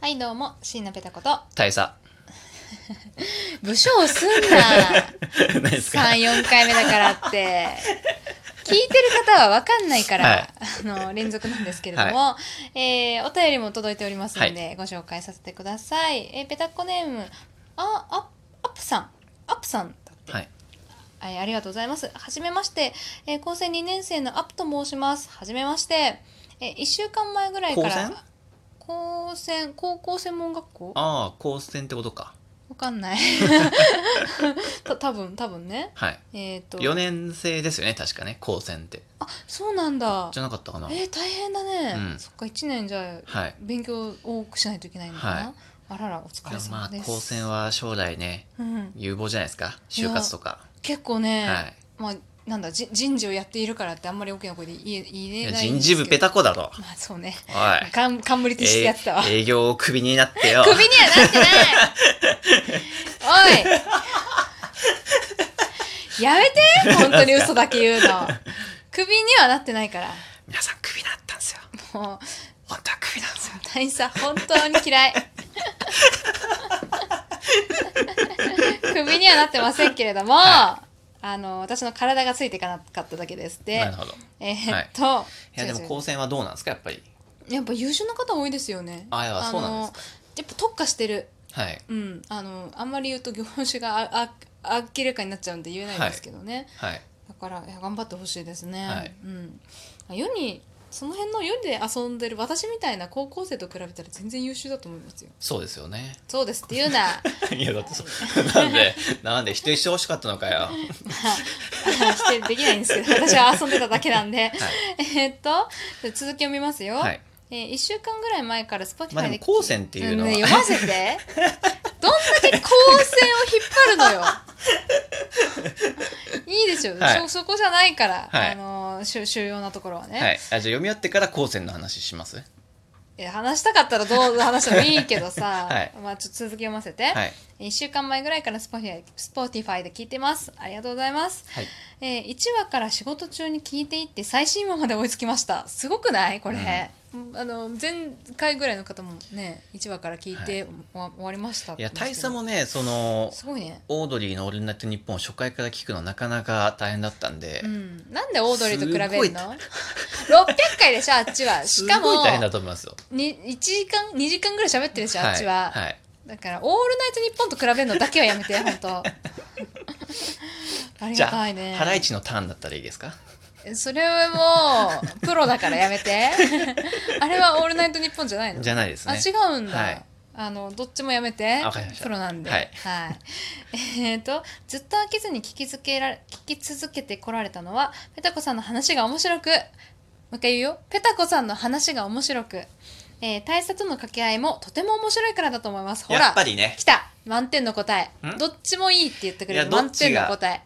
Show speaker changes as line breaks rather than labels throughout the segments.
はいどうも椎名ペタこと
大佐
武将すん な
何ですか
34回目だからって聞いてる方は分かんないから、
はい
あの連続なんですけれども、えーお便りも届いておりますので、ご紹介させてください、えーペタッコネームああアップさんアップさんだって、
はい
はい、ありがとうございます。はじめまして、えー高専2年生のアップと申します。はじめまして、えー、1週間前ぐらいか
高
ら
専
高専高校専門学校わ
ああ高専ってことか
かんないた多分多分ね
はい
えっ、と
4年生ですよね確かね高専って
あそうなんだ
じゃなかったかな
えー、大変だね、
うん
そっか1年じゃあ
はい
勉強多くしないといけないのかな、
はい
あららお疲
で
れ
もま
様
あ
です
高専は将来ね
うん、
有望じゃないですか就活とか
結構ね、
はい
まあなんだじ人事をやっているからってあんまり大きな声で言え
い
言え
や
ないん
人
です
事
けど
部ペタコだろ
まあそうね
おい
冠冠としてやってたわ、
え営業をクビになって よ
クビにはなってないおいやめて本当に嘘だけ言うのクビにはなってないから
皆さんクビになったんですよ
もう
本当はクビなんですよ
大佐本当に嫌いクビにはなってませんけれども、
は
あの私の体がついていかなかっただけですで
なるほどい
えーっと、
やでも
違う違う
高専はどうなんですかやっぱり
やっぱ優秀な方多いですよね
あいやそうなんですか
のやっぱ特化してる
はい
うん、あのあんまり言うと業種がああ明らかになっちゃうんで言えないんですけどね、
はい
だからいや頑張ってほしいですね、
はい
うん、あ世にその辺の世で遊んでる私みたいな高校生と比べたら全然優秀だと思いますよ
そうです よね
そうですって言う な
いやだってそうなんでなんで否定してほしかったのかよ
否定できないんですけど私は遊んでただけなんで、 えーっと続きを見ますよ、
はい
えー、1週間ぐらい前から Spotify で,、
まあでも高専っていうのは
ね読ませてどんだけ高専を引っ張るのよいいでしょ、
はい
そそこじゃないから、
はい
あのーしゅ主要なところはね、
はい、あじゃあ読み合ってから高専の話します
え話したかったらどう話してもいいけどさ、
はい
まあ、ちょっと続き読ませて、
はい
1週間前ぐらいから Spotify, Spotify で聞いてますありがとうございます、
はい
えー、1話から仕事中に聞いていって最新話まで追いつきましたすごくないこれ、あの前回ぐらいの方もね1話から聞いて、わ終わりましたって
い
言
や
って
大
ました
佐もねその
すごいね
オードリーの「オールナイトニッポン」を初回から聞くのはなかなか大変だったんで、
うん、なんでオードリーと比べ
すご
る
い
の ?600 回でしょあっち は。しか
すごい大変
も
だと思いますよ
に1時間2時間ぐらい喋ってるでしょあっちは、
はいはい
だから「オールナイトニッポン」と比べるのだけはや めて本当あり
じ
が
ゃ
た
あ、
いね
ハライチのターンだったらいいですか
それはもうプロだからやめて あれは「オールナイトニッポン」じゃないの
じゃないです
あ
ね
違うんだ、
はい
あのどっちもやめて
わかりました
プロなんでは
はいい、
えっ、とずっと飽きずに聞き続けら聞き続けてこられたのはペタコさんの話が面白くもう一回言うよペタコさんの話が面白く、えー、大佐との掛け合いもとても面白いからだと思いますほ
や
ら
っぱりね
来た満点の答え
ん
どっちもいいって言ってくれ
い
る
やど
満
っち
点
が
の答え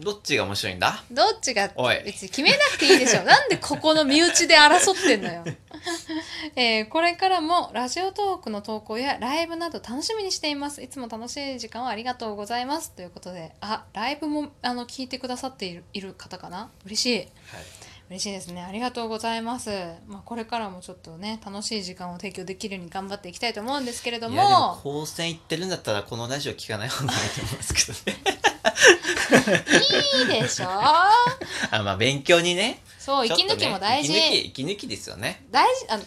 どっちが面白いんだ
どっちが
おい
別に決めなくていいで しょなんでここの身内で争ってんのよ、えーこれからもラジオトークの投稿やライブなど楽しみにしていますいつも楽しい時間をありがとうございますということであライブもあの聞いてくださっているいる方かな嬉しい
はい
嬉しいですねありがとうございます、まあ、これからもちょっとね楽しい時間を提供できるように頑張っていきたいと思うんですけれど
いやでも
も
高専行ってるんだったらこのラジオ聞かない方がいいと思いますけど ね
いいでしょ
あまあ勉強にね
そう息抜きも大事、
ちょっとね息抜き息抜きですよね
大事あの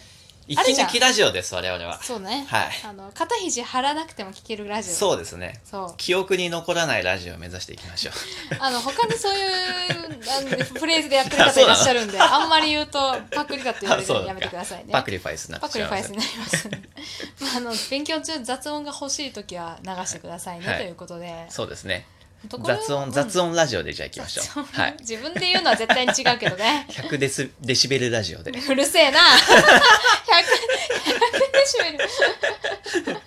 ある
息
じゃん
抜きラジオです我々は
そうね、
はい
あの肩肘張らなくても聞けるラジオ
そうですね
そう
記憶に残らないラジオを目指していきま しょう
あの他にそういうあのフレーズでやってる方いらっしゃるん であんまり言うとパクリだって言われる
あそ
の
う
で
な
や
ん
め
か
てくださいね
パクリファイスにな
パ
っ
ク
て
リファイ
す
スになりますね まああの勉強中雑音が欲しい時は流してくださいね、
はい
ということで
そうですね
ところ
雑音
音
雑音ラジオでじゃあ行きましょうはい
自分で言うのは絶対に違うけど ね
100デスデシベルラジオで
うるせえな 100, 100デシベル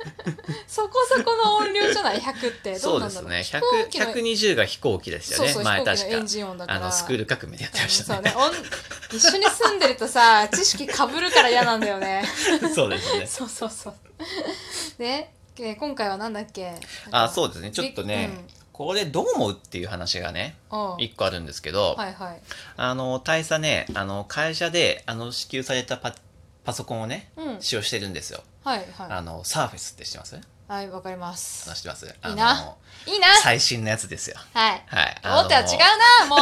そこそこの音量じゃない100ってど
そうう
な
で
んだ
す
ろう
ね
飛行機の
100 120が飛行機でしたよね
そうそう
前
飛行機
確
のエンジン音だか
からあのスクール革命でやってまし
そ
た
うね
ね、
おん一緒に住んでるとさ知識かぶるから嫌なんだよね
そうですね
そうそうそうでえー今回は なんだっけ
あそうですねちょっとね、
うん
これどう思うっていう話がね
おう
一個あるんですけど、
はいはい
あの大佐ねあの会社であの支給されたパパソコンをね
うん
使用してるんですよ
はいは
あのサーフェスって知ってます
いはいわかります
話してます
いな
あの
いいな
最新のやつですよ
はい
はい
思ったら違うなも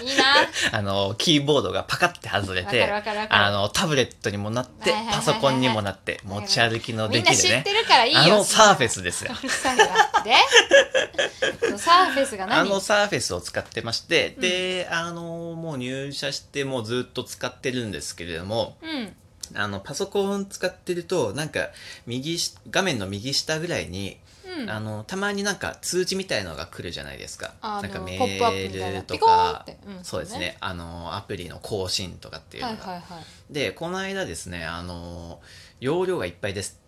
ういいな
あのキーボードがパカッて外れ
わかる
て
わかるわ
あ
か
のタブレットにもなって
はいはいはいはい
パソコンにもなって持ち歩きの
るみ
で
んな
き
知
る
っ
ね
てるからいいよ
あのサーフェ
ス
スですよ
うるさいわ でサーフェスが
あ
何
のサーフェスを使ってまして、であのもう入社してもうずっと使ってるんですけれども
うん
あのパソコン使ってるとなんか右し画面の右下ぐらいに、
うん
あのたまになんか通知みたいのが来るじゃないですか
あ
な
の
んかメ
ポップアップみたい
ー
な
ルと
ピコーン
か
ってうん
そうですねあのアプリの更新とかっていうの
は
が、
いはいはい
でこの間ですねあの容量がいっぱいです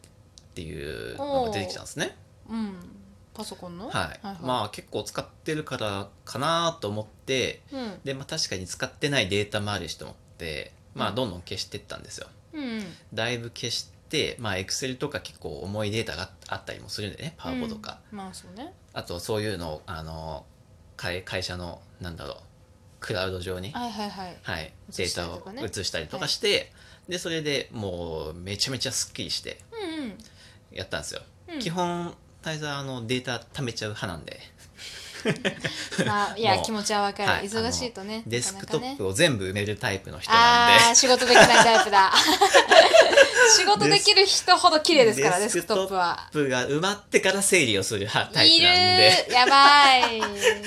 っていうのが出てきたんですね
うんパソコンの
はい、
はいはい
まあ結構使ってるからかなと思って
うん
で、まあ、確かに使ってないデータもあるしと思ってまあ
うん
どんどん消してったんですよ
うん
だいぶ消してまあエクセルとか結構重いデータがあったりもするんでねパワポとか、
うんまあそうね
あとそういうのをあの会会社のなんだろうクラウド上に
はいはいはい
はい、デ
移
ー
した
タ
りと
を
かね
移したりとかして、でそれでもうめちゃめちゃすっきりして
うんうん
やったんですよ、
うん
基本大沢あのデータ貯めちゃう派なんで
まあいや
もう
気持ちはわかる、
はい
忙しいとね
デスクト
なかなかね
ップを全部埋めるタイプの人なんで
ああー仕事できないタイプ だ仕事できる人ほど綺麗ですからデ
デ
スク
スク
ト
ト
ッ
ッ
プ
プ
は
プが埋まってから整理をする派タイ
い
プ
る
なんで
ーやば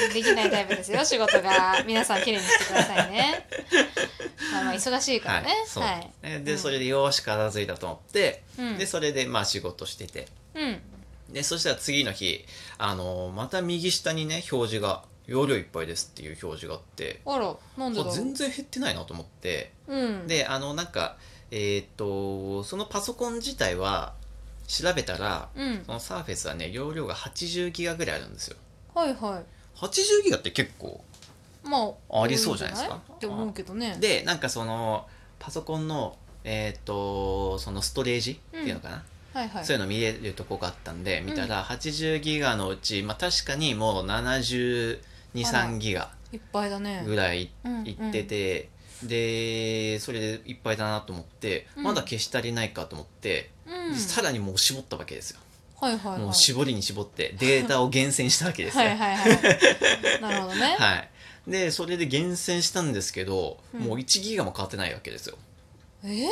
いできないタイプですよ仕事が皆さん綺麗にしてくださいねまあまあ忙しいからね
はいそう
は
なん
い
ですね、でそれでよーし片付いたと思って、
うん
でそれでまあ仕事してて
うん
でそしたら次の日あのまた右下にね表示が「容量いっぱいです」っていう表示があって
あらなんでだ
あ
ろ
全
う
然減ってないなと思って
うん
であのなんかえーっとそのパソコン自体は調べたら
うん
そのサーフェスはね容量が80ギガぐらいあるんですよ
はいは
80ギガって結構
いまあ
ありそうじゃないですか
って思うけどね
でなんかそのパソコンのえーっとそのストレージっていうのかな、
はいはい
そういうの見れるとこがあったんで見たら80ギガのうち、まあ、確かにもう
あら
723ギガ
いっぱいだね
ぐらい
うん
いってて、でそれでいっぱいだなと思って、
うん
まだ消し足りないかと思って、
うん
さらにもう絞ったわけですよ、
はいはいはい
もう絞りに絞ってデータを厳選したわけですよ
はいはいはいなるほどね
はいでそれで厳選したんですけど、
うん
もう1ギガも変わってないわけですよ
え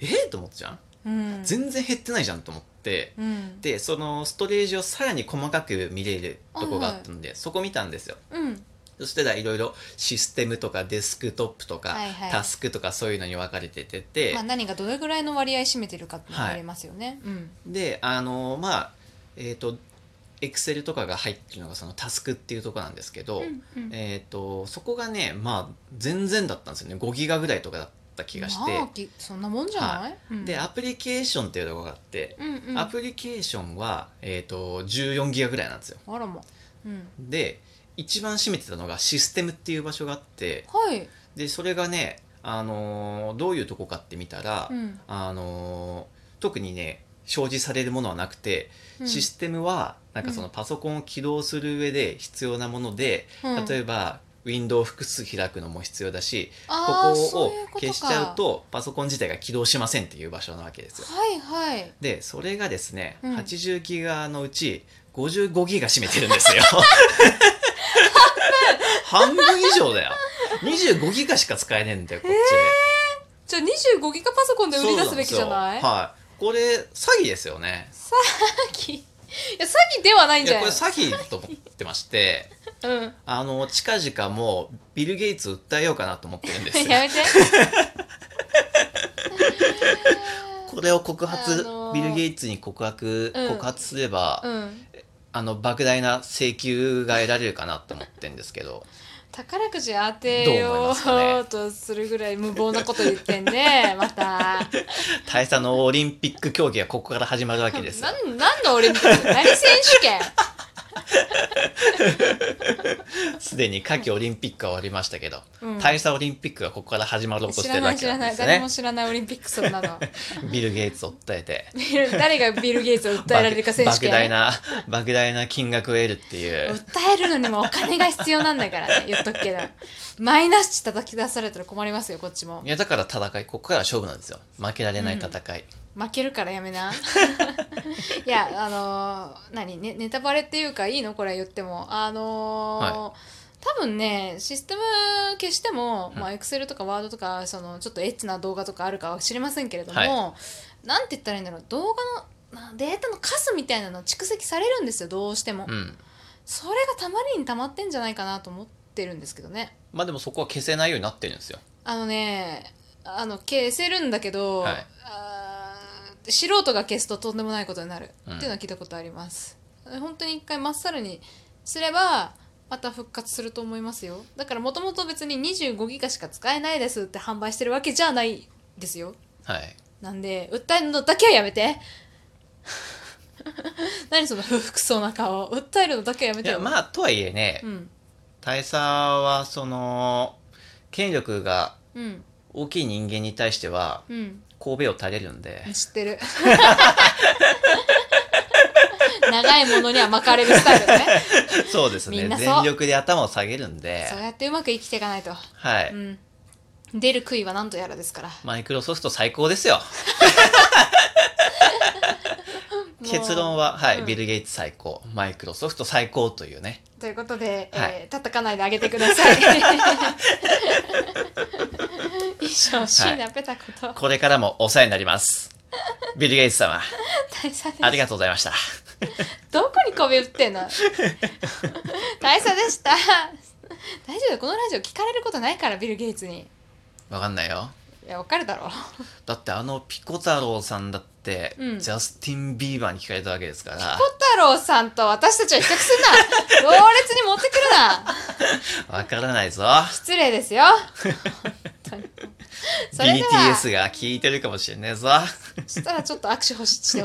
えー、と思ったじゃん
うん
全然減ってないじゃんと思って
うん
でそのストレージをさらに細かく見れるとこがあったので、そこ見たんですよ
うん
そしたらいろいろシステムとかデスクトップとか、
はいはい
タスクとかそういうのに分かれててて、
まあ何がどれぐらいの割合占めてるかってのがありますよねうん
であのまあえっ、とエクセルとかが入ってるのがそのタスクっていうとこなんですけど、
うんうん
えっ、とそこがねまあ全然だったんですよね5ギガぐらいとかだった気がして、
まあきそんなもんじゃないうん
でアプリケーションっていうとこがあって、
うんうん
ア
あ
プリケーションは、えー、と14ギガぐらいなんですよ
らまうん
で一番占めてたのがシステムっていう場所があって
はい
でそれがね、あのーどういうとこかって見たら、
うん
あのー特にね表示されるものはなくて、
うん
システムはなんかそのパソコンを起動する上で必要なもので、
うん
例えばウィンドウ複数開くのも必要だし、
あー
ここ
そう
を
いうことか
消しちゃうとパソコン自体が起動しませんっていう場所なわけですよ。
はいはい
でそれがですね、
うん
80ギガのうち55ギガ占めてる んですよ半分以上だよ25ギガしか使えねえんだよこっち、
じゃあ25ギガパソコンで売り出すべきじゃない
そうなんですよはいこれ詐欺ですよね
詐欺 いや詐欺ではないん
い
じゃ
や
ない
これ詐欺と思ってま して
うん
あの近々もうビル・ゲイツ訴えようかなと思ってるんですよ
やめ て
これを告発、
あのー
ビル・ゲイツに告白、
うん
告発すれば、
うん
あの莫大な請求が得られるかなと思ってるんですけど
宝くじ当て
どう思い
よ
ますかね
うとするぐらい無謀なこと言ってんねまた
大佐のオリンピック競技はここから始まるわけですよ
なんなんだ俺何選手権
すでに夏季オリンピックは終わりましたけど、
うん
大佐オリンピックはここから始まろう
知
として
ら
る
な
わ
い知
け
ら
なん
な
で
い誰
すよ
も
ね
知らないオリンピックそんなの
ビル・ゲイツを訴えて
ビル誰がビル・ゲイツを訴えられるか選手
莫
権
大な莫大な金額を得るっていう
訴えるのにもお金が必要なんだからね言っとくけどマイナス値叩き出されたら困りますよこっちも
いやだから戦いここから勝負なんですよ負けられない戦い、
負けるからやめ ないやあのー何ねネタバレっていうかいいのこれ言ってもあのー多分ねシステム消しても
うん
まあエクセルとかワードとかそのちょっとエッチな動画とかあるかは知りませんけれども、
は
なんて言ったらいいんだろう動画のなデータのカスみたいなの蓄積されるんですよどうしても、
うん。
それがたまりにたまってんじゃないかなと思ってるんですけどね
まあでもそこは消せないようになってるんですよ。
あのねあの消せるんだけど、
はい
あー素人が消すととんでもないことになる、
う
っ
ん
ていうのは聞いたことあります本当に一回まっさらにすればまた復活すると思いますよだからもともと別に25ギガしか使えないですって販売してるわけじゃないですよ
はい。
なんで訴えるのだけはやめて 何その不服そうな顔訴えるのだけはやめ
い
て
や、
よ、
まあとはいえね
う、ん
大佐はその、権力が
うん
大きい人間に対しては、
うん
神戸を垂れるんで、
知ってる長いものには巻かれるスタイルね
そうです
み
ね
ん。なそう
全力で頭を下げるん で、
そうやってうまく生きていかないと、
は
う
い。
ん、出る杭は何とやらですから
マイクロソフト最高ですよ。 結論
は
は、はい、
うん
ビル・ゲイツ最高、マイクロソフト最高というね。
ということで、
はい
えー叩かないであげてください 以上椎名ペタ子と
これからもお世話になります。ビル・ゲイツ 様、
大佐です
ありがとうございました。
どこに媚び売 ってんの大佐でした大丈夫このラジオ聞かれることないからビル・ゲイツに
わかんないよ。
いやわかるだろう
だってあのピコ太郎さんだって、
うん
ジャスティン・ビーバーに聞かれたわけですから
小、太郎さんと私たちを比較するな同列に持ってくるな
わからないぞ。
失礼ですよ本当にそれでは
BTS が聞いてるかもしれねえぞ。
そしたらちょっと握手欲ししてほしい